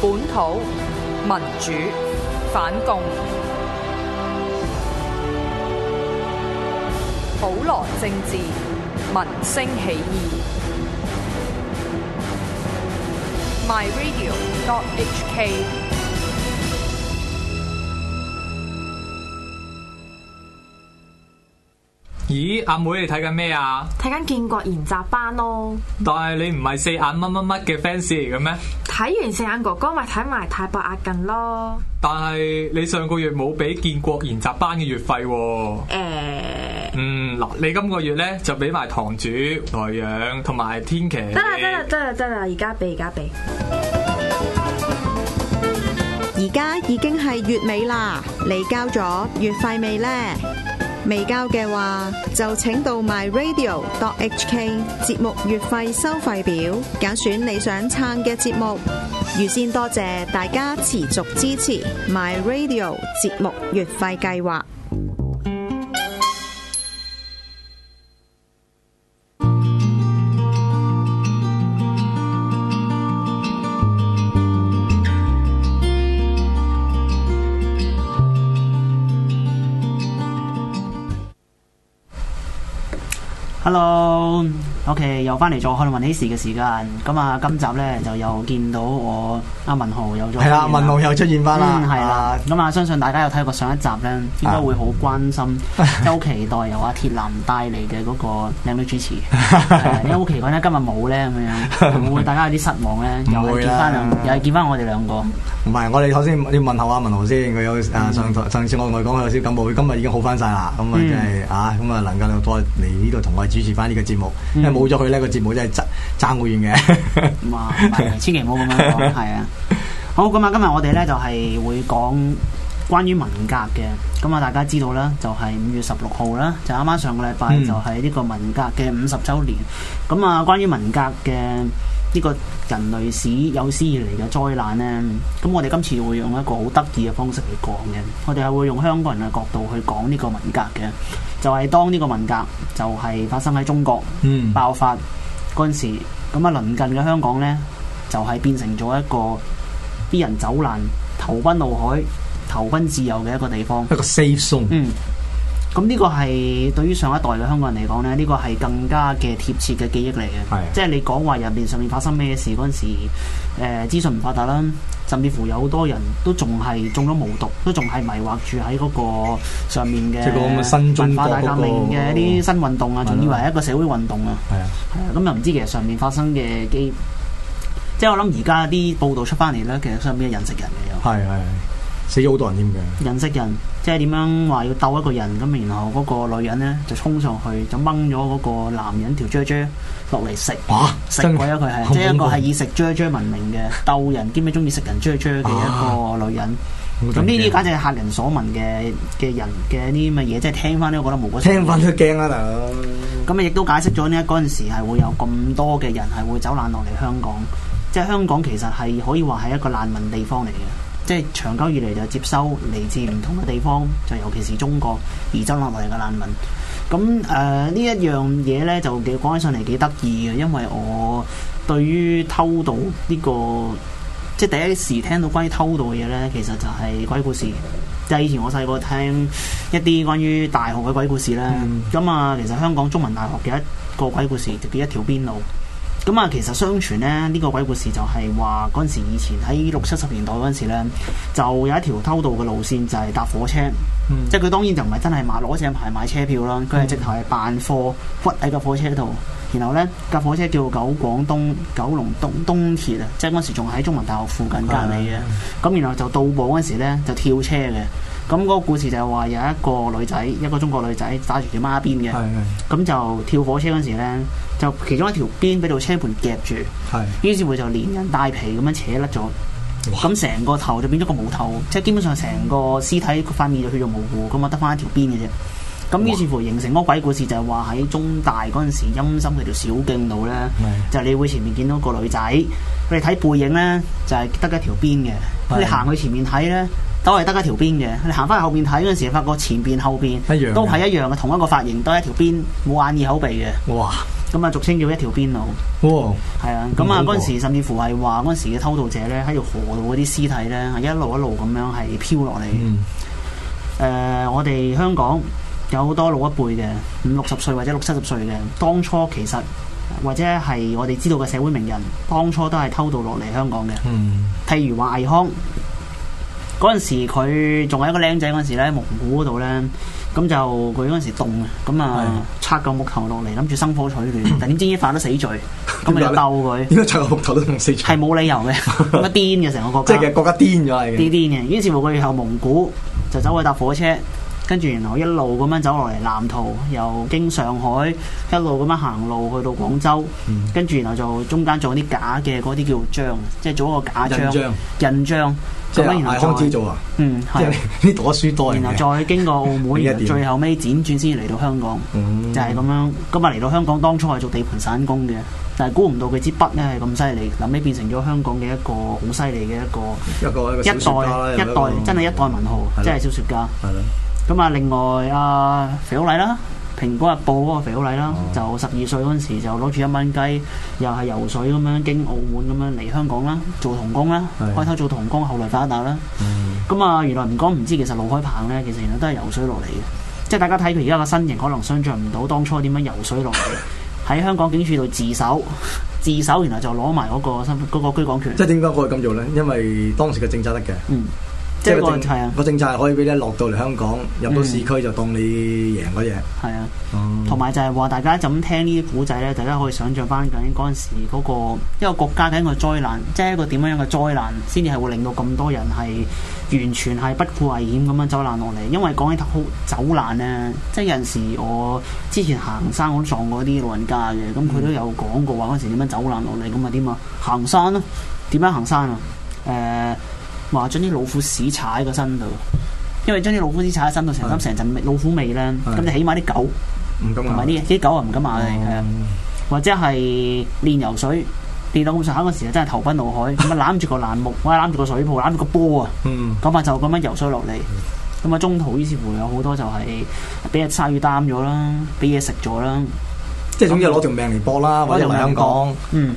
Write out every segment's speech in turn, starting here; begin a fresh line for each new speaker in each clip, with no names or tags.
本土民主反共普羅政治民生起義 myradio.hk
咦，阿妹你睇緊咩啊？
睇緊建國研習班咯，
但係你唔係四眼乜乜乜嘅 fans 嚟嘅咩？
睇完四眼哥哥咪睇埋泰伯壓近咯。
但係你上個月冇俾建國研習班嘅月費喎、
誒、
嗯，嗱，你今個月咧就俾埋堂主、台陽同埋天琪。
得啦得啦得啦得啦，而家俾而家俾。
而家已經係月尾啦，你交咗月費未呢？未交嘅話，就請到 myradio.hk 節目月費收費表，揀選你想撐嘅節目。預先多謝大家持續支持 myradio 節目月費計劃。
Hello，OK，又翻嚟做看雲喜事嘅時間。咁啊，今集咧就又見到我阿文豪有咗
係
表
啦，
現
文豪又出現翻啦，
嗯，係啦
啊。
咁啊，相信大家有睇過上一集咧，應該會好關 心，都好期待由阿鐵男帶嚟嘅嗰個靚女主持。 係啊因為好奇怪咧，今日冇咧咁樣，會唔會大家有啲失望咧？又
唔
係
會
見翻兩
啦，
又係見翻我哋兩個。
唔係，我哋首先要問候阿文豪先，佢有啊上上次我同佢講佢有少感冒，佢今日已經好翻晒啦，咁啊
嗯
真係啊，咁啊能夠再嚟呢度同我哋主持翻呢個節目，因
嗯
為冇咗佢呢個節目真係爭爭好遠嘅。
哇！唔係啊 千祈唔好咁樣講，係啊。好咁啊，今日我哋咧就係、會講關於文革嘅。咁啊，大家知道啦，就係、五月十六號啦，就啱啱上個禮拜
嗯
就係呢個文革嘅五十週年。咁啊，關於文革嘅呢個人類史有史以嚟嘅災難呢，咁我哋今次會用一個好得意嘅方式嚟講嘅。我哋係會用香港人嘅角度去講呢個文革嘅，就係、當呢個文革就係發生喺中國。
嗯，
爆發嗰陣時，咁啊鄰近嘅香港呢，就係、變成咗一個啲人走難、投奔怒海、投奔自由嘅一個地方。
一個 safe zone。
嗯，咁呢個係對於上一代嘅香港人嚟講呢，呢、個係更加嘅貼切嘅記憶嚟
係啊
嘅。即係你講話入面上面發生咩事嗰陣時，誒、資訊唔發達啦，甚至乎有好多人都仲係中咗無毒，都仲係迷惑住喺嗰個上面嘅
即係個咁嘅新中
文
國
化
嗰個
大革命嘅一啲新運動啊，
係咯
仲以為係一個社會運動啊。
係啊，
係啊，咁又唔知其實上面發生嘅機，即係我諗而家啲報道出翻嚟咧，其實上面係人食人嘅又，
係係死咗好多人添嘅。
人食人，即係點樣話要鬥一個人，咁然後嗰個女人咧就衝上去，就掹咗嗰個男人條啫啫落嚟食。
哇！
食
真
鬼咗啊佢係，
好
即係一個
恐怖
係以食啫啫聞名嘅鬥人兼且中意食人啫啫嘅一個女人。
啊
咁呢啲簡直係客人所聞嘅嘅人嘅一啲乜嘢，即係聽翻都覺得無辜。
聽翻都驚啊，大佬！
咁啊，亦都解釋咗呢嗰陣時係會有咁多嘅人係會走難落嚟香港，即係香港其實係可以話係一個難民地方嚟嘅，即係長久以嚟就接收嚟自唔同嘅地方，就尤其是中國而走難落嚟嘅難民。咁誒呃呢一樣嘢呢，就幾講起上嚟幾得意啊嘅，因為我對於偷渡呢、個即係第一時聽到關於偷渡嘅嘢呢，其實就係鬼故事。就係以前我細個聽一啲關於大學嘅鬼故事咧，咁啊、其實香港中文大學嘅一個鬼故事就叫一條邊路。咁啊，其實相傳咧，呢、個鬼故事就係話嗰陣時以前喺六七十年代嗰陣時咧，就有一條偷渡嘅路線就係搭火車，即係佢當然就唔係真係買攞正牌買車票啦，佢係直頭係扮貨屈喺架火車度，然後咧架火車叫九廣東九龍東東鐵啊，即係嗰陣時仲喺中文大學附近隔離嘅。咁然後就到步嗰陣時咧就跳車嘅。咁嗰個故事就係話有一個女仔，一個中國女仔揸住條孖鞭嘅，
係
咁就跳火車嗰陣時咧，就其中一條鞭俾到車盤夾住，
係
於是乎就連人帶皮咁樣扯甩咗。咁成個頭就變咗個冇頭，即係基本上成個屍體塊面就血肉模糊，咁啊得翻一條邊嘅啫。咁於是乎形成嗰個鬼故事就係話喺中大嗰陣時陰森嗰條小徑度咧，就你會前面見到個女仔，佢哋睇背影咧就係得一條邊嘅，
係
你行去前面睇咧都係得一條邊嘅，你行翻去後面睇嗰陣時發覺前邊後邊
一樣嘅
都係一樣嘅，同一個髮型都係一條邊，冇眼耳口鼻嘅。
係哇！
咁啊俗稱叫一條邊路。
哇！
係啊，咁啊
冇
嗰
講
陣時甚至乎係話嗰陣時嘅偷渡者咧，喺條河度嗰啲屍體咧，係一路一路咁樣係飄落嚟。誒、
嗯，
我哋香港有好多老一輩嘅五六十歲或者六七十歲嘅，當初其實或者係我哋知道嘅社會名人，當初都係偷渡落嚟香港嘅。
嗯，
譬如話倪匡嗰陣時，佢仲係一個僆仔嗰陣時咧，蒙古嗰度咧，咁就佢嗰陣時凍啊，咁啊拆個木頭落嚟，諗住生火取暖，但點知已經犯咗死罪，咁咪
點
就
解咧
鬥佢，
應該拆個木頭都同四
係冇理由嘅， 咁啊癲嘅成個國
即
家，
係其實國家癲咗啦已
癲
經。
癲嘅。於是乎佢以後蒙古就走去搭火車，跟住然後一路咁樣走落嚟南逃，又經上海一路咁樣行路去到廣州，
嗯
跟住然後就中間做啲假嘅嗰啲叫章，即係做一個假
印
章。
章，
印章，
即
咁
係
樣
倪
然後
康之
再
做啊，
嗯
即
係，
係呢度書多人
然
嘅。
後再經過澳門，
另一
然後
點
最後尾輾轉先嚟到香港，
嗯
就係咁樣。咁啊嚟到香港，當初係做地盤散工嘅，但係估唔到佢支筆咧係咁犀利，臨尾變成咗香港嘅一個好犀利嘅一個
一個一個
一
小說家啦
代一代真係一代文豪，
嗯係咯
真係小説家。
係啦，
咁啊，另外啊，肥佬禮啦，《蘋果日報》嗰個肥佬禮啦，
哦
就十二歲嗰陣時就攞住一蚊雞，又係游水咁樣經澳門咁樣嚟香港啦，做童工啦，
係
開頭做童工，後來發達啦。
嗯
咁啊，原來唔講唔知，其實盧海鵬咧，其實原來都係游水落嚟嘅，即係大家睇佢而家個身形，可能想像唔到當初點樣游水落嚟，喺香港警署度自首， 自首原來就攞埋嗰個身嗰、個居港權
即，係點解我哋咁做咧？因為當時嘅政策得嘅。
嗯，即係
個
個
政
係啊
個政策係可以俾你落到嚟香港，入到
嗯
市區就當你贏嗰嘢。
係啊，同
同
埋就係話大家就咁聽呢啲古仔咧，大家可以想像翻緊嗰陣時嗰、個一個國家嘅一個災難，即係一個點樣樣嘅災難，先至係會令到咁多人係完全係不顧危險咁樣走難落嚟。因為講起好走難咧，即係有陣時我之前行山我都撞過啲老人家嘅，咁佢都有講過話嗰陣時點樣走難落嚟咁啊點啊行山咯、點樣行山啊？誒、話將啲老虎屎踩喺個身度，因為將啲老虎屎踩喺身度，成身成陣味老虎味咧，
係
咁就起碼啲狗。
唔敢
同埋啲啲狗啊唔敢咬你，係啊，或者係練游水，練到咁上下嗰時啊，真係頭昏腦海，咁 啊攬住個欄目，或者攬住個水泡，攬住個波啊，
嗯，
咁啊就咁樣游水落嚟，咁啊中途於是乎有好多就係俾隻鯊魚擔咗啦，俾嘢食咗啦，
即係總之攞條命嚟搏啦，或者嚟香港。
嗯。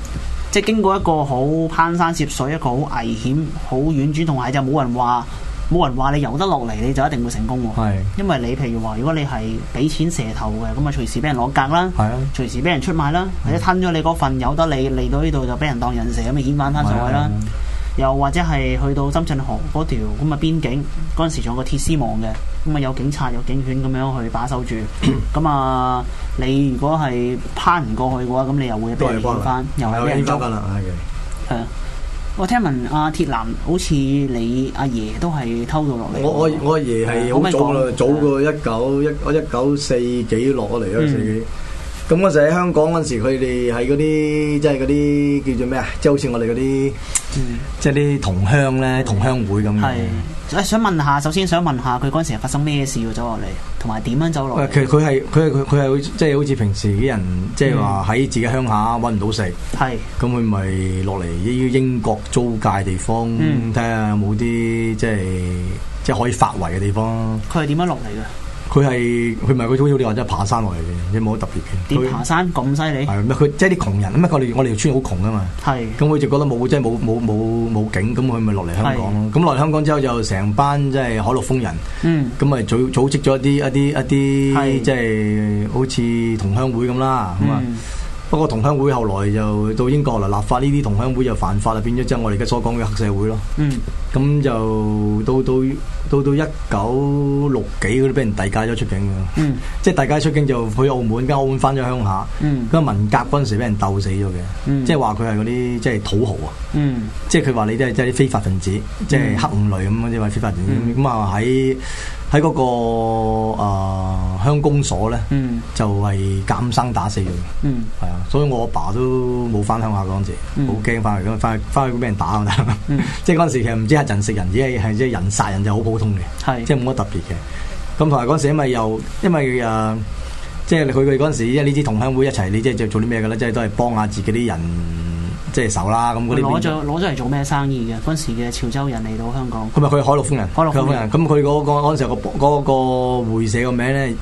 即係經過一個好攀山涉水，一個好危險、好婉轉，同埋就冇人話冇人話你游得落嚟，你就一定會成功喎。
係
因為你譬如話，如果你係俾錢蛇頭嘅，咁啊隨時俾人攞格啦。
係啊，
隨時俾人出賣啦，或者吞咗你嗰份有得你嚟到呢度就俾人當人蛇咁咪遣返翻上
啊
去啦，又或者係去到深圳河嗰條咁啊邊境嗰陣時仲有個鐵絲網嘅，咁啊有警察有警犬咁樣去把 守住，咁啊你如果係攀唔過去嘅話，咁你又會俾人
都係幫
遣
人
返，又係
又
俾人
俾
捉
翻。翻啦，係嘅
係啊，我聽聞阿鐵男好似你阿爺都係偷渡落嚟。
我我我阿爺
啊
係好早啦，早過一九一我一九四幾落咗嚟一九
嗯
四幾。咁嗰時喺香港嗰陣時，佢哋係嗰啲即係嗰啲叫做咩啊？即係好似我哋嗰啲
嗯
即係啲同鄉咧，同鄉會咁嘅。
係，想問下，首先想問下佢嗰陣時係發生咩事要走落嚟，同埋點樣走落嚟
喂，？啊其實佢係佢係佢佢係好似即係好似平時啲人即係
嗯
話喺自己鄉下揾唔到食，
係
咁佢咪落嚟英英國租界地方
嗯
睇下有冇啲即係即係可以發圍嘅地方。
佢係點樣落嚟嘅？
佢係佢咪佢好似你話真係爬山落嚟嘅，啫冇乜特別嘅。
點
佢
爬山咁犀利？
係咩？佢即係啲窮人，咁啊我哋我哋條村好窮啊嘛。
係
咁佢就覺得冇即係冇冇冇冇景，咁佢咪落嚟香港咯。咁落嚟香港之後就成班即係海陸豐人。
嗯
咁咪組組織咗一啲一啲一
係
啲，即係好似同鄉會咁啦，咁啊、
嗯
不過同鄉會後來就到英國啦，立法呢啲同鄉會就犯法啦，變咗即係我哋而家所講嘅黑社會咯。
嗯
咁就到到到到一九六幾嗰啲俾人遞解咗出境嘅，
嗯
即係遞解出境就去澳門，跟澳門翻咗鄉下。
嗯
咁文革嗰陣時俾人鬥死咗嘅，
嗯
即係話佢係嗰啲即係土豪啊。
嗯
即係佢話你都係即係啲非法分子，即係黑五類咁即係非法分
嗯
子。咁啊喺喺嗰個誒鄉公所咧，
嗯
就係監生打死佢嘅，
嗯
係啊。所以我阿爸都冇翻鄉下嗰陣時，
嗯
好驚翻去，咁翻去翻去俾人打啊！
嗯
即係嗰陣時其實唔知係人食人，只係係即係人殺人就好普通嘅。
係
即係冇乜特別嘅。咁同埋嗰陣時，因為又因為誒、呃即係佢佢嗰陣時，因為呢啲同鄉會一齊，你即係做啲咩嘅咧？即係都係幫下自己啲人，即係手啦。咁嗰
佢
啲
嗯攞
變
咗攞咗嚟做咩生意嘅？嗰陣時嘅潮州人嚟到香港，
佢咪佢係海陸豐人，
海陸豐人
佢係海陸豐人。咁佢嗰個嗰陣時有個嗰、個會社個名咧，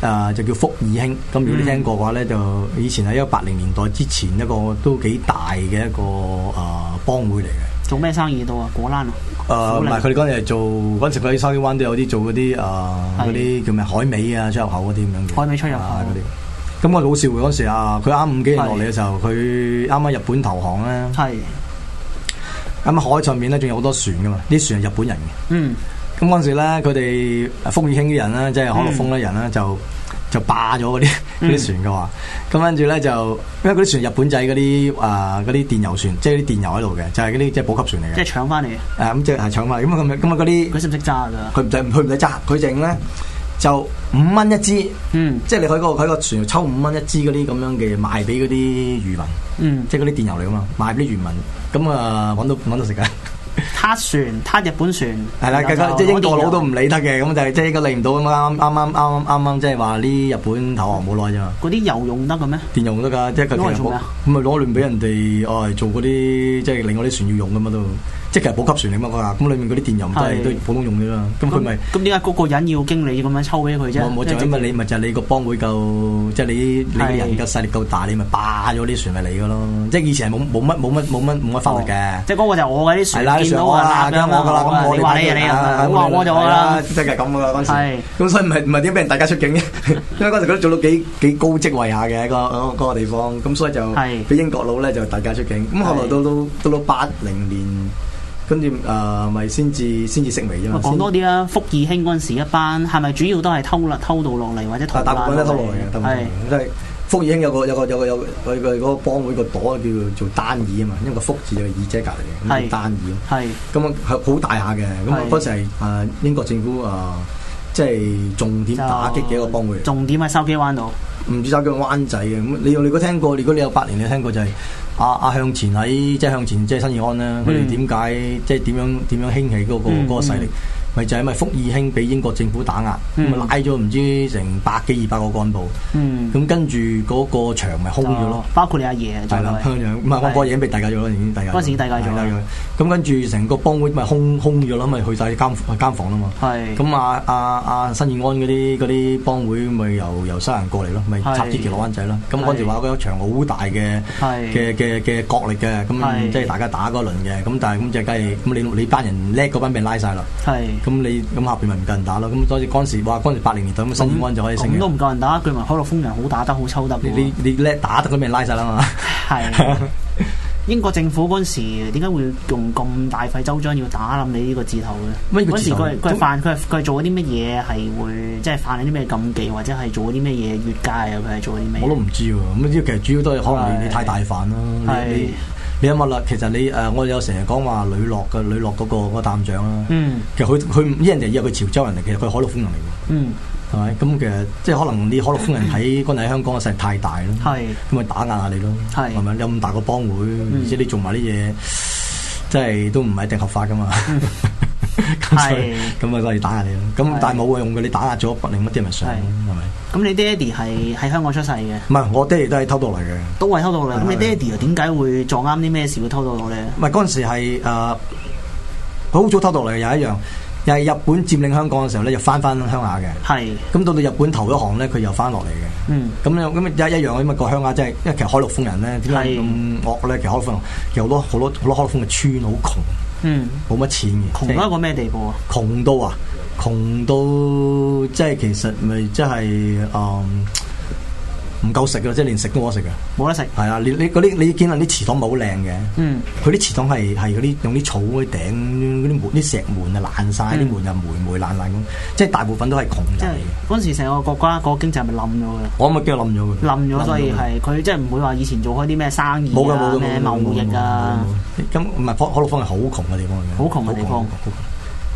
誒、啊就叫福義興。咁如果你聽過嘅話咧，就以前喺一九八零年代之前一個都幾大嘅一個啊幫會嚟嘅。
做咩生意到啊？果欄啊？
誒唔係佢哋嗰陣係做嗰陣時佢喺筲箕灣都有啲做嗰啲誒啊
係
嗰啲叫咩海味啊出入口嗰啲咁樣嘅
海味出入口
啊嗰啲。咁我好笑嘅嗰時啊，佢啱五幾年落嚟嘅時候，佢啱啱日本投降咧，
係，
咁海上面咧仲有好多船噶嘛，啲船係日本人嘅。
嗯，
咁嗰陣時咧，佢哋啊福爾興啲人咧，即係海陸豐啲人咧，
嗯
就就霸咗嗰啲嗰啲船嘅話，咁跟住咧就因為嗰啲船日本仔嗰啲啊嗰啲電油船，即係啲電油喺度嘅，就係嗰啲即係補給船嚟
即
嘅
係。搶翻嚟嘅。
誒咁即係搶埋，咁啊咁啊咁啊嗰啲
佢識唔識揸㗎？
佢唔使佢唔使揸，佢淨咧就五蚊一支，
嗯
即係你喺個喺個船度抽五蚊一支嗰啲咁樣嘅賣俾嗰啲漁民，
嗯，
即係嗰啲電油嚟噶嘛，賣俾啲漁民，咁啊揾到揾到食 㗎。
他船，他日本船，
係啦，
然後就
即係英國
攞電
佬都
油
唔理得嘅，咁就係即係應該理唔到咁啊啱啱啱啱啱啱即係話呢日本投降冇耐啫嘛，
嗰啲油用得嘅咩？
電用得㗎，即係佢
攞
其
嚟
實
做
冇
咩啊
咁咪攞亂俾人哋，哦係做嗰啲即係令嗰啲船要用㗎嘛都，即係其實補給船嚟嘛佢話，咁裡面嗰啲電油唔都係
係
都普通用啫嘛，咁佢咪。
咁點解嗰個人要經理咁樣抽俾佢啫？
冇冇就因為你咪就係你個幫會夠，即係你你個人夠勢力夠大，你咪霸咗啲船咪你嘅咯。即係以前係冇冇乜冇乜冇乜冇乜法律嘅。
即係嗰個就我嘅啲
哦係啦，
船
你
見
上
到
我
啊，
啦，咁我噶啦，咁我
你話你啊你
À,
啊，我話我就我啦。
即係咁噶啦
係
嗰陣時。咁所以唔係唔係點俾人大家出境嘅，因為嗰陣時佢都做到幾幾高職位下嘅個嗰個地方，咁所以就
係
俾英國佬咧就大家出境。咁後來到到到到八零年，跟住誒咪先至先至式微啫
喂
嘛。
講多
啲。
啲啦，福義興嗰陣時一班係咪主要都係偷啦偷渡落嚟或者逃
但大部
難
分都偷來
落
嘅，
嚟
大部分
係
即係福義興有個有個有個有佢佢嗰個幫會個朵叫做單耳啊嘛，因為個福字有個耳仔隔離嘅，咁
係
叫單耳。
係
咁啊係好大下嘅，咁啊
係
嗰時係啊英國政府啊即係重點打擊嘅一個幫啊會，
重點喺筲箕灣度，
唔止打擊灣仔嘅。咁你有你有聽過？如果你有八年，你有聽過就係阿阿向前喺即係向前即係新義安啦，佢哋
嗯
點解即係點樣點樣興起嗰個
嗯
嗰個勢力？咪就係因為福義興俾英國政府打壓，咁
嗯
啊拉咗唔知成百幾二百個幹部，
嗯，
咁跟住嗰個場咪空咗咯
就。包括你阿爺啊在
係
內
啦，香港唔係我個已經被遞解咗啦，已經遞解咗。
嗯嗰陣時已經遞解咗啦係
咁啊啊啊！新義安嗰啲嗰啲幫會咪由由西人過嚟咯，咪
係
插支旗落灣仔咯。咁嗰陣時話嗰一場好大嘅
係
嘅嘅嘅角力嘅，咁
係
即係大家打嗰輪嘅。咁但係咁就梗係咁你你班人叻嗰班被拉晒啦。
係
咁你咁下邊咪唔夠人打咯。咁所以嗰陣時哇，嗰陣時八零年代咁新義安就可以升
咁都
嘅。
唔夠人打，據聞海陸豐人好打得好啊抽得
你
喎
你你叻打得嗰啲俾人拉晒啦嘛。
係英國政府嗰陣時點解會用咁大費周章要打冧你呢個字頭
咩
嘅？嗰陣
叫字
時
頭
佢係佢係
咁
犯佢係佢係做咗啲乜嘢係會即係犯咗啲咩禁忌或者係做咗啲咩嘢越界啊？佢係做咗啲咩
我都？唔知喎，咁啊呢啲其實主要都係可能你
係
你太大飯啦，你
係
你你諗下啦，其實你誒、呃我哋有成日講話呂樂嘅呂樂嗰個嗰個擔長啦，
嗯
其實佢佢呢人就以為佢潮州人嚟，其實佢係海陸豐人嚟
嗯
嘅，係咪？咁其實即係可能你海陸豐人喺嗰陣喺香港嘅勢力太大啦，
係
咁咪打壓下你咯，
係嗯
係咪？有咁大個幫會，而且你做埋啲嘢，即係都唔係一定合法噶嘛。 咁所以
係
咁咪過嚟打壓你咯，咁
係
但係冇用嘅，你打壓咗，另乜啲人咪上
係
咯，係咪？
咁你爹哋係喺香港出世嘅，
唔係，我爹哋都係偷渡嚟嘅。
都係偷渡嚟。咁你
係
爹哋又點解會撞啱啲咩事會偷渡到咧？
唔係嗰陣時係誒，佢、好早偷渡嚟嘅，又一樣，又係日本佔領香港嘅時候咧，就翻翻鄉下嘅。
係
咁到到日本投咗降咧，佢又翻落嚟嘅。
嗯
咁又咁一一樣，因為個鄉下真係，因為其實海陸豐人咧點解
係
咁惡咧？其實海陸豐人有好多好多好多海陸豐嘅村好窮，
嗯，
冇乜錢嘅，
窮
即係
到一個咩地步啊？
窮到啊，窮到即係其實咪即係誒唔夠食嘅，即係連食都冇得食嘅。
冇得食。
係啊，你你嗰啲你見到啲祠堂咪好靚嘅。
嗯
佢啲池塘係係嗰啲用啲草嗰啲頂嗰啲門啲石門啊爛晒，啲門又霉霉爛爛咁，即係大部分都係窮
即
仔
係
嚟嘅。
嗰陣時成個國家個經濟係咪冧咗嘅？
我咪驚冧咗佢，
冧咗，所以係佢即係唔會話以前做開啲咩生意
冇㗎
啊
冇㗎、
咩
冇㗎
貿易啊，。
冇㗎冇㗎冇㗎咁唔係可可樂坊係好窮嘅地方嚟嘅，
好窮嘅地方
好窮。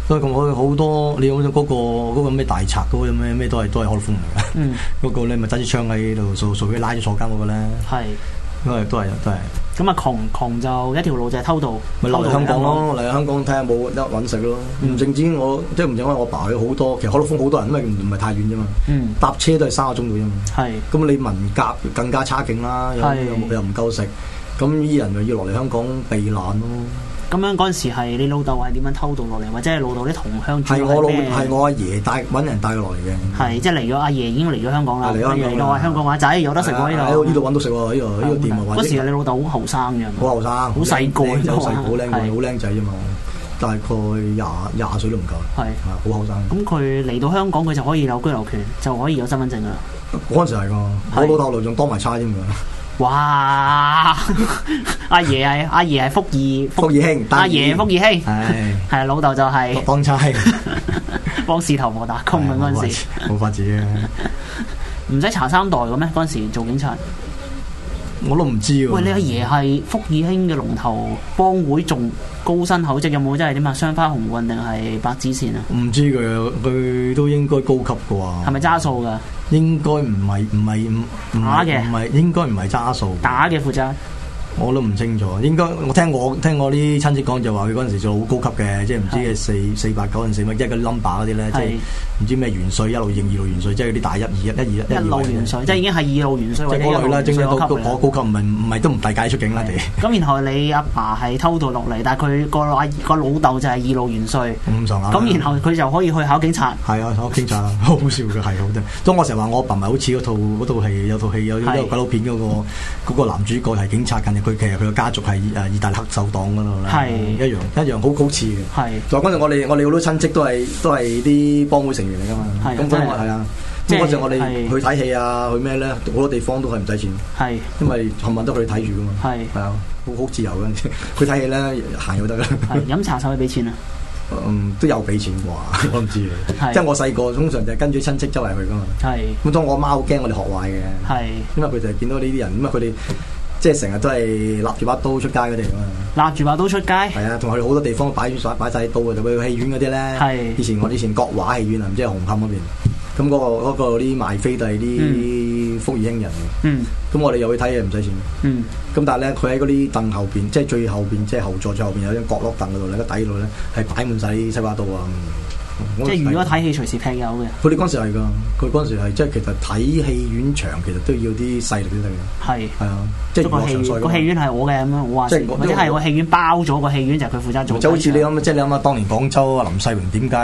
所以咁我好多你好似嗰個嗰個咩大賊嗰個咩咩都係都係可樂坊嚟嘅。
嗯，
嗰個咧咪揸支槍喺度掃掃佢拉咗坐監嗰個咧，
係
都係都係都係
咁啊，窮窮就一條路就係偷渡，
咪
偷
落
渡
嚟香港，咯，嚟香港睇下有冇得揾食咯。唔淨止我，即係唔淨係我爸去好多，其實海陸豐好多人，因為唔係太遠啫嘛。
嗯，
搭車都係三個鐘度啫嘛。
係
咁你文革更加差勁啦，又
係
又又唔夠食，咁依人咪要落嚟香港避難咯。
咁樣嗰陣時係你老豆係點樣偷渡落嚟，或者係老豆啲同鄉主
係
要
我老
係咩
係我阿爺帶揾人帶佢落嚟嘅。
係即係嚟咗阿爺已經嚟咗香港啦，
係嚟咗香港啦
嚟到話香港話仔有得食喎啊呢
喺
度，
啊
嗯
呢度揾到食喎，呢度呢個店啊，或
嗰時
者
你老豆好後生嘅，
好啊後生，好
細個
靚仔好細個，好
係
靚仔，好靚仔啫嘛，大概廿廿歲都唔夠，
係
啊好後生。
咁佢嚟到香港佢就可以有居留權，就可以有身份證噶啦。
嗰陣時係㗎，我
係
老豆老仲當埋差添㗎。
哇！ 阿爺係阿爺係福義，
福義兄，
阿爺福義兄，
係
係啊老豆就係
當差，
幫市頭婆打工咁嗰陣時，
冇法子嘅，
唔使查三代嘅咩？嗰陣時做警察，
我都唔知喎。
喂你阿爺啊係福義兄嘅龍頭幫會，仲高薪厚職，有冇真係點啊？雙花紅運定係白紙線啊？
唔知佢，佢都應該高級啩。
係咪揸數㗎？
應該唔係唔係唔唔
打
係
嘅
唔係應該唔係揸數。
打嘅負責，
我都唔清楚，應該我聽我聽我啲親戚講就話佢嗰陣時做好高級嘅，即係唔知嘅四四百九定四百一嘅 number 嗰啲咧，即係
係
唔知咩元帥一路認二路元帥，即係嗰啲大一二一一二
一
一
路元帥，即係已經係二路元帥
即
或者
係
一
嗰類
路
啦，
元
正
帥
正
嗰
到
級
高
㗎啦
高級唔係唔係都唔遞解出境啦，哋
咁然後你阿爸係偷渡落嚟，但係佢個阿個老豆就係二路元帥，
咁上下啦。
咁然後佢就可以去考警察。
係啊，我警察啊，好笑嘅係好正。當我成日話我阿爸咪好似嗰套嗰套戲有套戲有有
係
有鬼佬片嗰、個嗰、個男主角係警察，近日佢其實佢個家族係誒意大利黑手黨嗰度啦，
係
一樣一樣好好似嘅。
係
就嗰陣我哋我哋好多親戚都係都係啲幫會成員嚟噶嘛，
係啊
咁
真
嗰
係
陣係啊，
即
咁
係
嗰陣我哋
係
去睇戲啊，去咩咧，好多地方都係唔使錢，
係
因為冚唪唥都佢哋睇住噶嘛，
係
係啊，好好自由嘅， 佢睇戲咧行就得啦。
係飲茶手去俾錢啊！
嗯，都有俾錢啩， 我唔知嘅。
係
即係我細個通常就係跟住親戚周圍去噶嘛。
係
咁當我阿媽好驚我哋學壞嘅，
係
因為佢就係見到呢啲人，咁啊佢哋即係成日都係立住把刀出街嗰啲嚟噶嘛。
揦住把刀出街，
係啊，同埋佢好多地方擺擺擺曬刀嘅，特別去戲院嗰啲咧。
係
以前我以前國畫戲院啊，唔知係紅磡嗰邊。咁嗰、個嗰、個啲賣飛都係啲福爾興人嘅。
嗯
咁我哋又去睇嘢唔使錢。
嗯
咁但係咧，佢喺嗰啲凳後邊，即係最後邊，即係後座最後邊有張角落凳嗰度咧，個底度咧係擺滿晒啲西瓜刀啊！咁
即係如果
我
睇戲隨時劈友嘅，
佢哋嗰陣時係㗎，佢嗰陣時係即係其實睇戲院場其實都要啲勢力先得嘅，
係
係啊，即係
個
娛樂
戲
場所
院
嚟㗎
個戲院係我嘅咁樣，我話
即係
事
我
或者係個戲院包咗個戲院就係佢負責做。啊
就好似你諗，即係你諗下，當年廣州啊，林世榮點解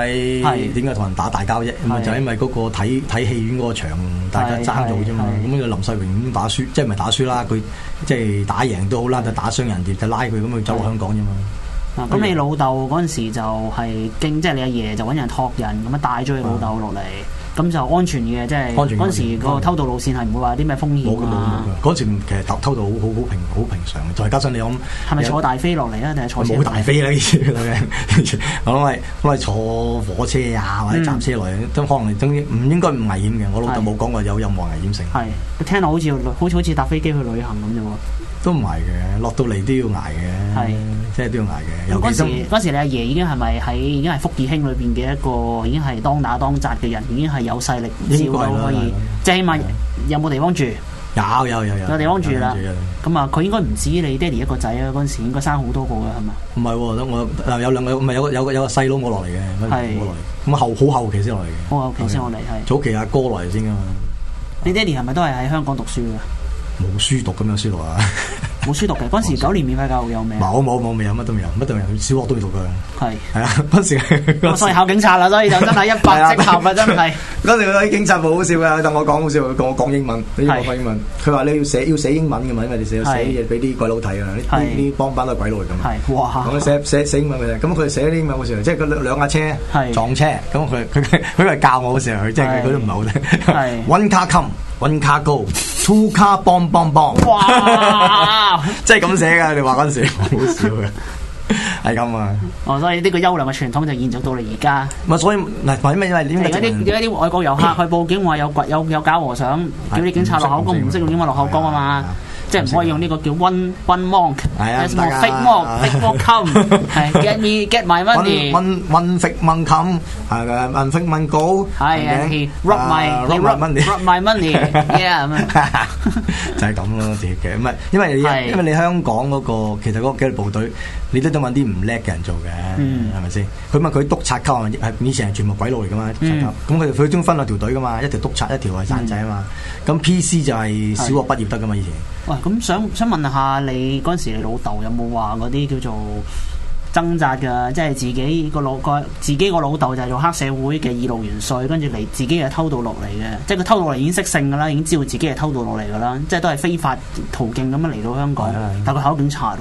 係
點解同人打大交啫？咁啊
係
就因為嗰個睇睇戲院嗰個場大家爭到啫嘛。
係係
咁啊林世榮咁打輸，即係咪打輸啦？佢即係打贏都好啦，就打傷人哋就拉佢咁去走落香港啫嘛。
啊咁
嗯
你老豆嗰陣時就係經，即係你阿爺就揾人托人咁樣啊帶咗你老豆落嚟，咁就安全嘅，即係
嗯安全嘅
嗰陣時個偷渡路線係唔會話啲咩風
冇
險
嘅冇
啊。
嘅，嗰時其實偷偷渡好好好平好平常嘅，再加上你諗
係咪坐大飛落嚟啊？定係坐
我
車？
冇大飛啦，呢啲咁樣 我諗係我係坐火車啊，或者搭車落嚟，咁可能總之唔應該唔危險嘅。我老豆
嗯係
冇講過有任何危險性，
係，我聽落好似好似好似搭飛機去旅行咁啫喎。
都唔係嘅，落到嚟都要捱嘅
係，
即係都要捱嘅。
咁
尤
嗰
其
時
是
嗰時你阿爺已經係咪喺已經係福義興裏邊嘅一個已經係當打當擲嘅人，已經係有勢力
應該
照
係啦
到可
係
以
啦，
即係起碼
係啊
有冇地方住，
有有有有
有地方住啦
有地方住。
咁啊，佢應該唔止你爹哋一個仔啊，嗰陣時應該生好多個嘅係嘛？
唔係喎，等我啊有兩個唔係有個有個有個細佬冇落嚟嘅，
係
冇落嚟，咁後好後期先落嚟嘅，
好後期先我嚟係。
早期阿哥落嚟先㗎嘛，
你爹哋係咪都係喺香港讀書嘅？
冇書讀咁樣書讀啊。
冇書讀嘅，
哦
嗰陣時九年免費教育有咩啊？
冇冇冇未有乜都未有，乜都未有，小學都要讀㗎。
係。
係啊，嗰時
我所以考警察啦，所以就真係一百即合啊！真 係
嗰時佢啲警察部好笑㗎，佢同我講好笑，佢同我講英文，你要我講英文。佢話你要寫要寫英文㗎嘛，因為你寫寫
係
啲嘢俾啲鬼佬睇㗎，呢
係
啲啲幫班都係鬼佬嚟㗎嘛。
係哇
咁佢寫寫寫英文嘅，咁佢寫啲英文好笑，即係佢兩架車
係
撞車，咁佢佢佢佢係教我好笑，佢即係
係
佢佢都唔係好聽。
係
One car come, one car go, two car bomb bomb bomb。
哇！
即係咁寫㗎，你話嗰陣時好笑嘅，係咁啊。
哦，所以呢個優良嘅傳統就延續到嚟而家。
唔係，所以唔係，唔係因為因為點
而家
解嗯
啲而家啲外國 遊客去報警話有鬼有有假和尚，叫啲警察落口供，唔識用英文落口供啊嘛
係啊，
即係唔可以用呢個叫 one one monk，
係啊
Yes,
唔得㗎
fake monk fake monk come，係 get me get my
One
money，
one one fake one come，係嘅，one fake one go，
係啊，he rub à, my he
rub
rub
À, my money。
rub my money，yeah 咁樣，
就係咁咯，直嘅，唔係因為你
係
因為你香港嗰、個其實嗰個紀律部隊，你都想揾啲唔叻嘅人做嘅，
嗯
係咪先？佢咪佢督察級啊係以前係全部鬼佬嚟噶嘛，督察
Ừ.
級咁佢哋佢中分兩條隊噶嘛，一條督察，一條係散仔啊嘛。咁 P.C. 就係小學畢業得噶嘛，以前
喂，咁想想問下你嗰陣時，你老豆有冇話嗰啲叫做掙扎㗎，即係自己個老個自己個老豆就係做黑社會嘅二路元帥，跟住嚟自己係偷渡落嚟嘅，即係佢偷渡落嚟已經識性㗎啦，已經知道自己係偷渡落嚟㗎啦，即係都係非法途徑咁樣嚟到香港
係啊係啊，
但佢考警察喎，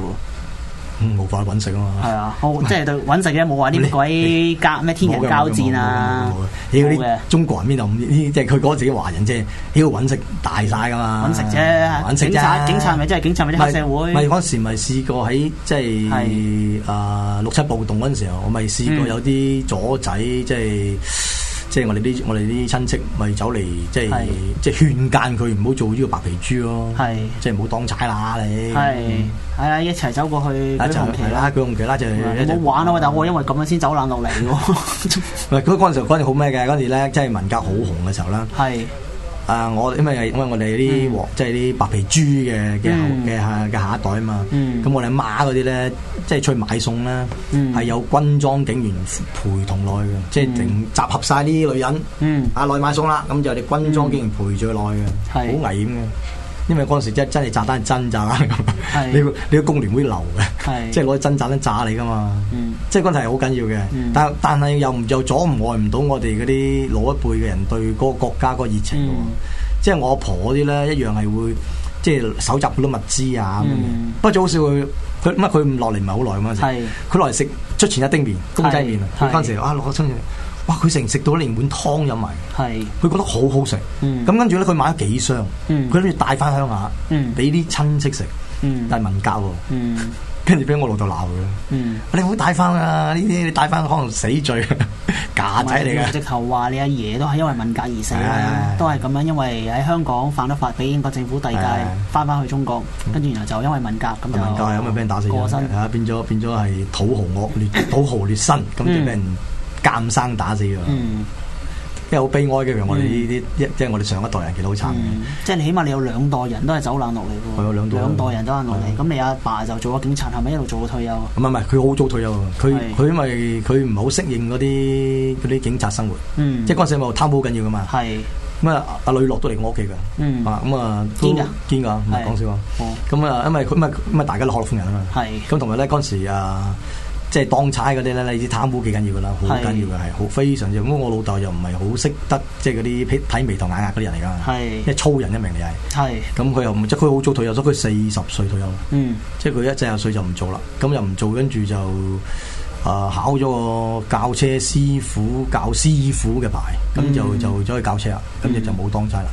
嗯冇法揾食啊嘛。
係啊，好即係對揾食嘅冇話啲鬼交咩天人交戰啊，
冇嘅冇嘅冇嘅冇嘅
冇
屌
嘅
啲中國人邊度咁呢？即係佢嗰自己華人啫，屌揾食大晒噶嘛，
揾食
揾
啫，
啊食啫
警察警察咪真係警察咪即係黑社會，
咪嗰陣時咪試過喺即係
係
啊六七暴動嗰陣時候，我咪試過
嗯
有啲左仔即係。即係我哋啲我哋啲親戚咪走嚟即係
係
即係勸諫佢唔好做呢個白皮豬咯，
係
即係唔好當踩啦你。嗯
係係啊，一齊走過去
啊
舉
就
紅旗
係
啦
啦，。佢紅旗啦就
你冇玩啊！喂但我因為咁樣先走難落嚟 喎，
喂，嗰嗰陣時候嗰陣時好咩嘅？嗰陣時咧，即係文革好紅嘅時候啦。
係
啊，我因為因為我哋啲
嗯
黃，即係啲白皮豬嘅嘅後
嗯
嘅下嘅下一代啊嘛。
嗯
咁我哋阿媽嗰啲咧，即係出去買餸咧，
嗯
係啊有軍裝警員陪同內嘅，即係定集合晒啲女人
嗯
啊內買餸啦，咁就有哋軍裝警員陪住佢內嘅，
係
好危險嘅。因為嗰陣時真真係炸彈真炸彈咁，
係
你個你個工聯會流嘅，
係
即係攞真炸彈炸你噶嘛。
嗯
即係嗰陣係好緊要嘅，
嗯
但但係又唔又阻礙唔到我哋嗰啲老一輩嘅人對嗰個國家嗰個熱情喎。
嗯
即係我阿婆嗰啲咧，一樣係會即係搜集好多物資啊咁樣
嗯
不過最好笑佢佢乜佢唔落嚟唔係好耐咁嗰陣時
係
佢落嚟食出前一丁麵公仔麵啊！
係
佢嗰陣時啊落咗出前，哇！佢成食到連碗湯飲埋，
係
佢覺得好好食。
嗯
咁跟住咧，佢買咗幾箱，
嗯
佢諗住帶翻鄉下
嗯，
俾啲親戚食，
嗯
但係文革喎，
嗯
跟住俾我老豆鬧佢。
嗯，
你唔好帶翻啊！呢啲你帶翻可能死罪， 假仔嚟
直
嘅。啊
頭話你阿爺都係因為文革而死啦
係，啊
都係咁樣，因為喺香港犯咗法，俾英國政府遞解
係，
翻翻去中國，跟住然後就因為文革咁就
文革係咁啊，俾人打死
過
咗，
身
係啊，變咗變咗係土豪惡劣，土豪劣身，咁就俾人監生打死咗。
嗯
因為好悲哀嘅，其實我哋呢啲一即係我哋上一代人其實好慘
嗯
嘅。，
即係你起碼你有兩代人都係走難落嚟
係
喎，
有兩代
人走難落嚟，
係啊
咁你阿爸就做咗警察，係咪一路做到退休啊？
唔係唔係，佢好早退休啊！佢
係
佢因為佢唔係好適應嗰啲嗰啲警察生活，
嗯，
即係嗰陣時咪貪污好緊要噶嘛。
係
咁啊，阿女落到嚟我屋企㗎，
嗯
啊咁啊都
堅㗎
堅㗎，唔係
係
講笑啊。
哦
咁啊，因為佢咁啊咁啊，大家都學樂歡人啊嘛。
係
咁同埋咧嗰陣時啊，即係當差嗰啲咧，你知貪污幾緊要噶啦，好緊
係
要嘅係好非常之。咁我老豆又唔係好識得即係嗰啲睇睇眉頭眼額嗰啲人嚟㗎，
係
即係粗人一名你係。
係
咁佢又唔即係佢好早退休，所以佢四十歲退休，
嗯
即係佢一四十歲就唔做啦。咁又唔做，跟住就啊、考咗個教車師傅教師傅嘅牌，咁就
嗯
就走去教車啦，咁就就冇當差啦。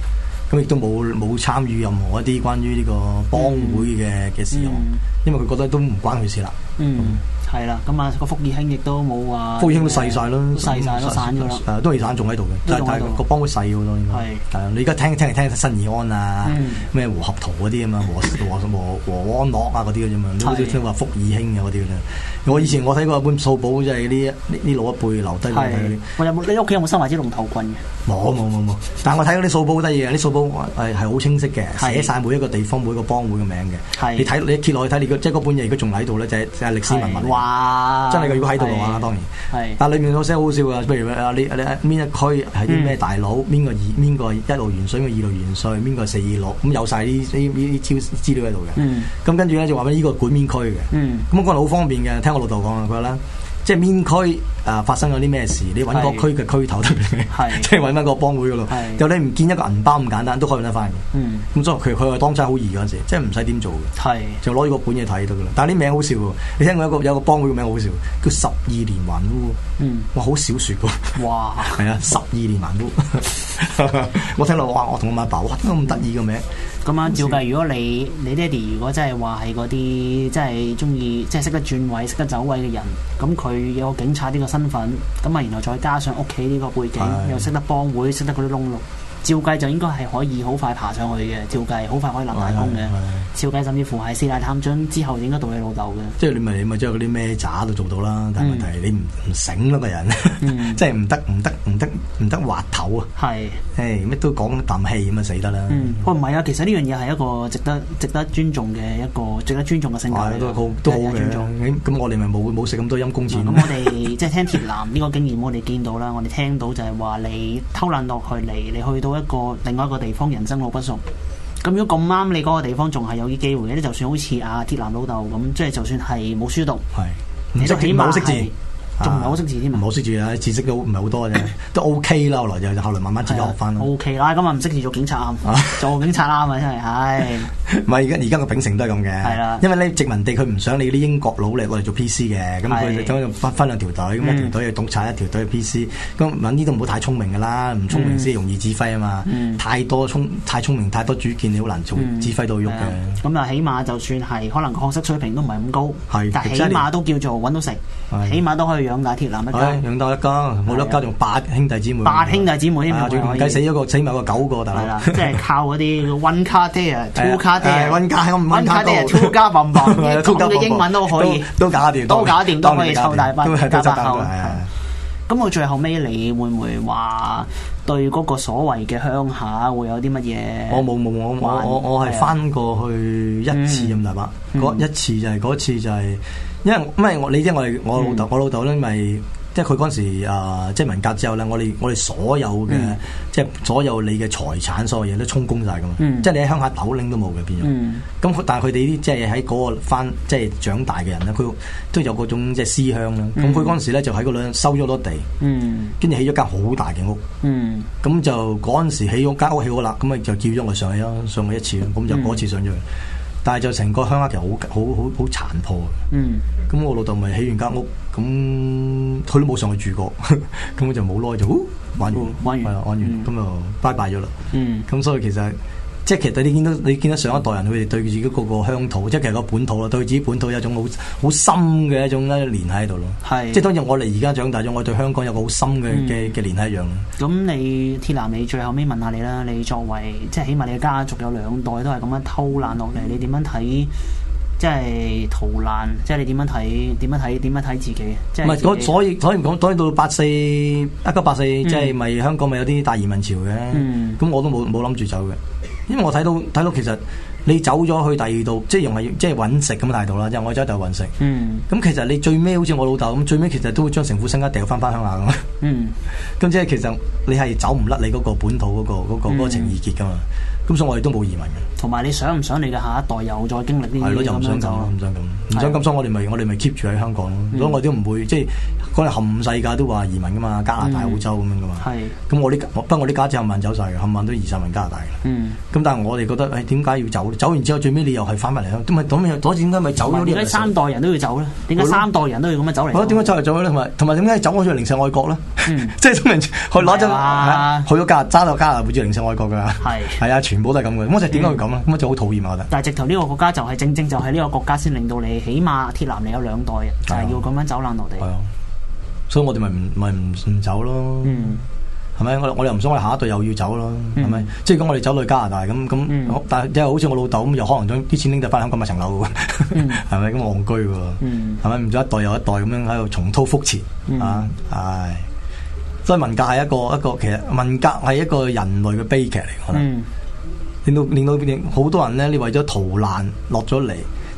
咁亦都冇冇參與任何一啲關於呢個幫會嘅嘅事項，
嗯
因為佢覺得都唔關佢事啦。
嗯，係啦，咁啊個福爾興亦都冇話
福興都細晒啦，
啊都細晒都散咗啦。
誒都係散仲喺度嘅，
都
但
仲喺
但
度
係個幫會細好多應該。
係
係啊，你而家聽聽聽新義安啊
嗯，
咩和合圖嗰啲咁啊，和和和和安樂啊嗰啲嘅啫嘛，你好少
係
聽話福爾興嘅嗰啲嘅啫。我以前我睇過一本數簿，即係啲啲老一輩留低俾我睇嗰啲
係，，我有冇你屋企有冇收埋支龍頭棍嘅？
冇冇冇冇。但係我睇嗰啲數簿好得意嘅，啊啲數簿係係好清晰嘅，
係
寫晒每一個地方每一個幫會嘅名嘅。
係
你睇你一揭落去睇，你個即係嗰本嘢如果仲喺度咧，就係就係歷史文物嚟嘅。
哇！
真係嘅，如果喺度嘅話，
係
當然。
係
但裏面有些好笑啊，譬如啊，你你邊一區係啲咩大
嗯
佬，邊個二邊個一路元帥，邊個二路元帥，邊個四二六，咁有晒呢呢呢啲資資料喺度嘅。
嗯
咁跟住咧就話俾呢個管邊區嘅。
嗯
咁我覺得好方便嘅，聽我老豆講啊，佢話咧。即係面區啊，發生咗啲咩事？你揾個區嘅區頭得嘅
係
即係揾翻個幫會嗰度
係。
有你唔見一個銀包咁簡單，都可以揾得翻嘅。
嗯
咁所以佢佢話當差好易嗰陣時，即係唔使點做嘅。
係
就攞住個本嘢睇得噶啦。但係啲名好笑喎，你聽過一個有個幫會嘅名好笑，叫十二連環烏，
嗯
哇好小説喎。
哇
係啊，十二連環烏， 我聽落哇！我同我阿爸哇，點解咁得意嘅名？
咁樣照計，如果你你爹哋如果真係話係嗰啲真係中意即係識得轉位、識得走位嘅人，咁佢有個警察呢個身份，咁啊然後再加上屋企呢個背景
係，
又識得幫會、識得嗰啲窿路，照計就應該係可以好快爬上去嘅，照計好快可以立大功
係係
嘅
係。
照計甚至乎係四大探長之後應該到你老豆嘅。
即係你咪你咪將嗰啲咩渣都做到啦，但係問題係你唔唔醒咯個人，
嗯
即係唔得唔得唔得唔得滑頭啊！
係。
誒乜都講啖氣咁啊死得啦！
嗯，喂，唔係啊，其實呢樣嘢係一個值得值得尊重嘅一個值得尊重嘅性格嚟
係
㗎
都好都好
值得
嘅
尊重。，
咁咁我哋咪冇冇食咁多陰公
嗱
錢。
咁我哋 即係聽鐵男呢個經驗，我哋見到啦，我哋聽到就係話你偷懶落去嚟，你去到一個另外一個地方，人生路不熟。咁如果咁啱你嗰個地方仲係有啲機會嘅，你就算好似阿鐵男老豆咁，即係就算係冇書讀，
係唔識
都
字，
起
唔係好
碼
識字
係，仲唔係好識字添啊
唔好識字啊，知識都唔係好多 嘅啫，都 OK 啦。後來就就後來慢慢自己學翻啦。
O K 啦，咁啊唔識字做警察
啊
啱，做警察啱啊真係， 唉，
唔係而家而家個秉承都係咁嘅，
係啦
因為咧殖民地佢唔想你啲英國佬嚟攞嚟做 P.C. 嘅，咁佢
係
就將分分兩條隊，咁一條
嗯
隊係督察，一條隊係 P.C. 咁揾啲都唔好太聰明噶啦，唔聰明先容易指揮啊嘛
嗯，
太多聰太聰明太多主見，你好難做
嗯
指揮到喐
係啊
嘅。
咁啊起碼就算係可能個學識水平都唔係咁高，
係
但起
exactly
碼都叫做揾到食
係，
起碼都可以養大鐵男一
唉
家，，
養到一家，冇得一家仲八兄弟姊妹，
啊八兄弟姊妹
係
添
啊，仲唔計死咗個，死埋個九個大
係
佬
啦，。即 係靠嗰啲 one car there、
係啊
two car
係
there、
one car- one
one car
car
there、
double
two car 蹦蹦，
係
講
啊 two car
嘅英文都可以。
都搞掂，
都搞掂都可以
當
湊
年
大班
都係都
夾
湊
把
大
口
班係啊
咁我最後尾你會唔會話對嗰個所謂嘅鄉下會有啲乜嘢？
我冇冇我我我我係
係啊嗯
翻過去一次咁大把，嗰一次就係嗰次就係，因為因為我你知我哋我老
嗯
豆我老豆咧咪即係佢嗰陣時啊，即係文革之後咧，我哋我哋所有嘅
嗯
即係所有你嘅財產所有嘢都充公晒噶嘛，
嗯
即係你喺鄉下頭拎都冇嘅變咗。
嗯
咁佢但係佢哋啲即係喺嗰個翻即係長大嘅人咧，佢都有嗰種即係思鄉啦。咁佢嗰陣時咧就喺嗰度收咗落地，
嗯
跟住起咗間好大嘅屋。
嗯
咁就嗰陣時起咗間屋起好啦，咁啊就叫咗我上去啦，上去一次啦，咁就
嗯
嗰次上咗去，但係就成個鄉下其實好好好好殘破嘅。
嗯
咁我老豆咪起完間屋，咁佢都冇上去住過， 咁我就冇耐就哦玩完，
玩完
係啊玩完，
嗯
咁就拜拜咗啦。
嗯
咁所以其實即係其實你見到你見到上一代人佢哋對自己嗰個鄉土，即係其實個本土啦，對自己本土有一種好好深嘅一種咧連繫喺度咯。
係
即係當然我哋而家長大咗，我對香港有個好深嘅
嗯
嘅嘅連繫一樣。
咁你鐵男，你最後尾問下你啦，你作為即係起碼你嘅家族有兩代都係咁樣偷懶落嚟，你點樣睇？即係逃難，即係你點樣睇？點樣睇？點樣睇自己？即係
唔係，
自
嗰
己
所以所以唔講，所以到八四一九八四，即係咪香港咪有啲大移民潮嘅？
嗯
咁我都冇冇諗住走嘅，因為我睇到睇到其實你走咗去第二度，即係用係即係揾食咁嘅態度啦，即係我走去第度揾食。
嗯
咁其實你最尾好似我老豆咁，最尾其實都會將成副身家掉翻翻鄉下咁。
嗯
咁即係其實你係走唔甩你嗰個本土嗰、個嗰、個嗰
嗯
個情意結噶嘛。咁所以我哋都冇移民嘅，
同埋你想唔想你嘅下一代又再經歷呢
係
啲
咯，就
嗯咁
唔想
樣
咁
就嗯
咯，唔想咁，唔想咁，所以我哋咪我哋咪 keep 住喺香港咯。所以我都唔會即係嗰陣冚世界都話移民噶嘛，加拿大、
嗯
澳洲咁樣噶嘛。
係
咁我啲我不過我啲家姐冚唪唥走晒嘅，冚唪唥都移晒民加拿大嘅。
嗯。
咁但係我哋覺得，誒哎點解要走？走完之後最尾你又係翻埋嚟香港，咁咪咁啊咪嗰陣點解咪走咗啲
啊點解
人嚟食？
三代人都要走咧？點解
係咯
三代人都要咁樣走嚟
我
走去？
覺得點解走嚟走去咧？同埋同埋點解走咗去零舍愛國咧？
嗯
即係中人去攞
唔係
咗啊
嘛
去咗加拿揸到加拿大本住零舍愛國㗎。
係
係啊，全部都係咁嘅。咁我就點解會咁咧？咁我就好討厭啊！我覺得。
但係直頭呢個國家就係正正就係呢個國家先令到你，起碼鐵男你有兩代人，就
係啊
係要咁樣走爛落
係
地。
啊，所以我哋咪唔咪唔唔走咯，
嗯
係咪？我我哋又唔想我哋下一代又要走咯，係咪？即係如果我哋走到去加拿大咁
嗯
咁，但係即係好似我老豆咁，又可能將啲錢拎到翻香港買層樓嘅喎， 係咪咁戇居嘅喎？
嗯
係咪唔咗一代又一代咁樣喺度重蹈覆轍啊？唉，所以文革係一個一個其實文革係一個人類嘅悲劇嚟，我覺得。
嗯
令到令到令好多人咧，你為咗逃難落咗嚟，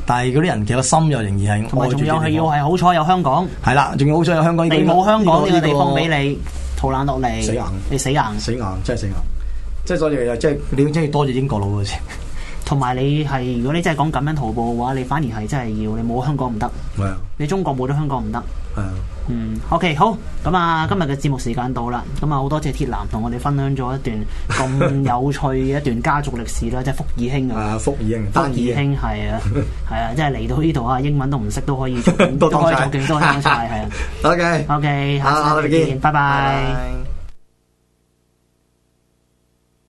但係嗰啲人其實個心又仍然係
同
愛
埋
住
仲有
呢
係
個地
要
方
係好彩有香港，
係啦，仲要好想有香港
你
呢個
冇香港呢個地方俾
呢
你逃爛落嚟，
死硬
你死硬。
個死硬，真係死硬，即係所以又即係你要真係多謝英國佬嘅先，
同埋你係如果你真係講咁樣徒步嘅話，你反而係真係要你冇香港唔得，
係啊
你中國冇咗香港唔得。
係啊，
嗯，OK，好，咁啊，今日嘅節目時間到啦，咁啊，好多謝鐵男同我哋分享咗一段咁有趣嘅一段家族歷史啦，即係福爾兄啊，
啊福爾英
福
單
爾
爾英，
兄係啊，係啊，即係嚟到呢度啊，英文都唔識都可以做都
都
可以做
當晒
勁，都當晒係啊
，OK，
，OK，下次
好
再見，拜拜。
拜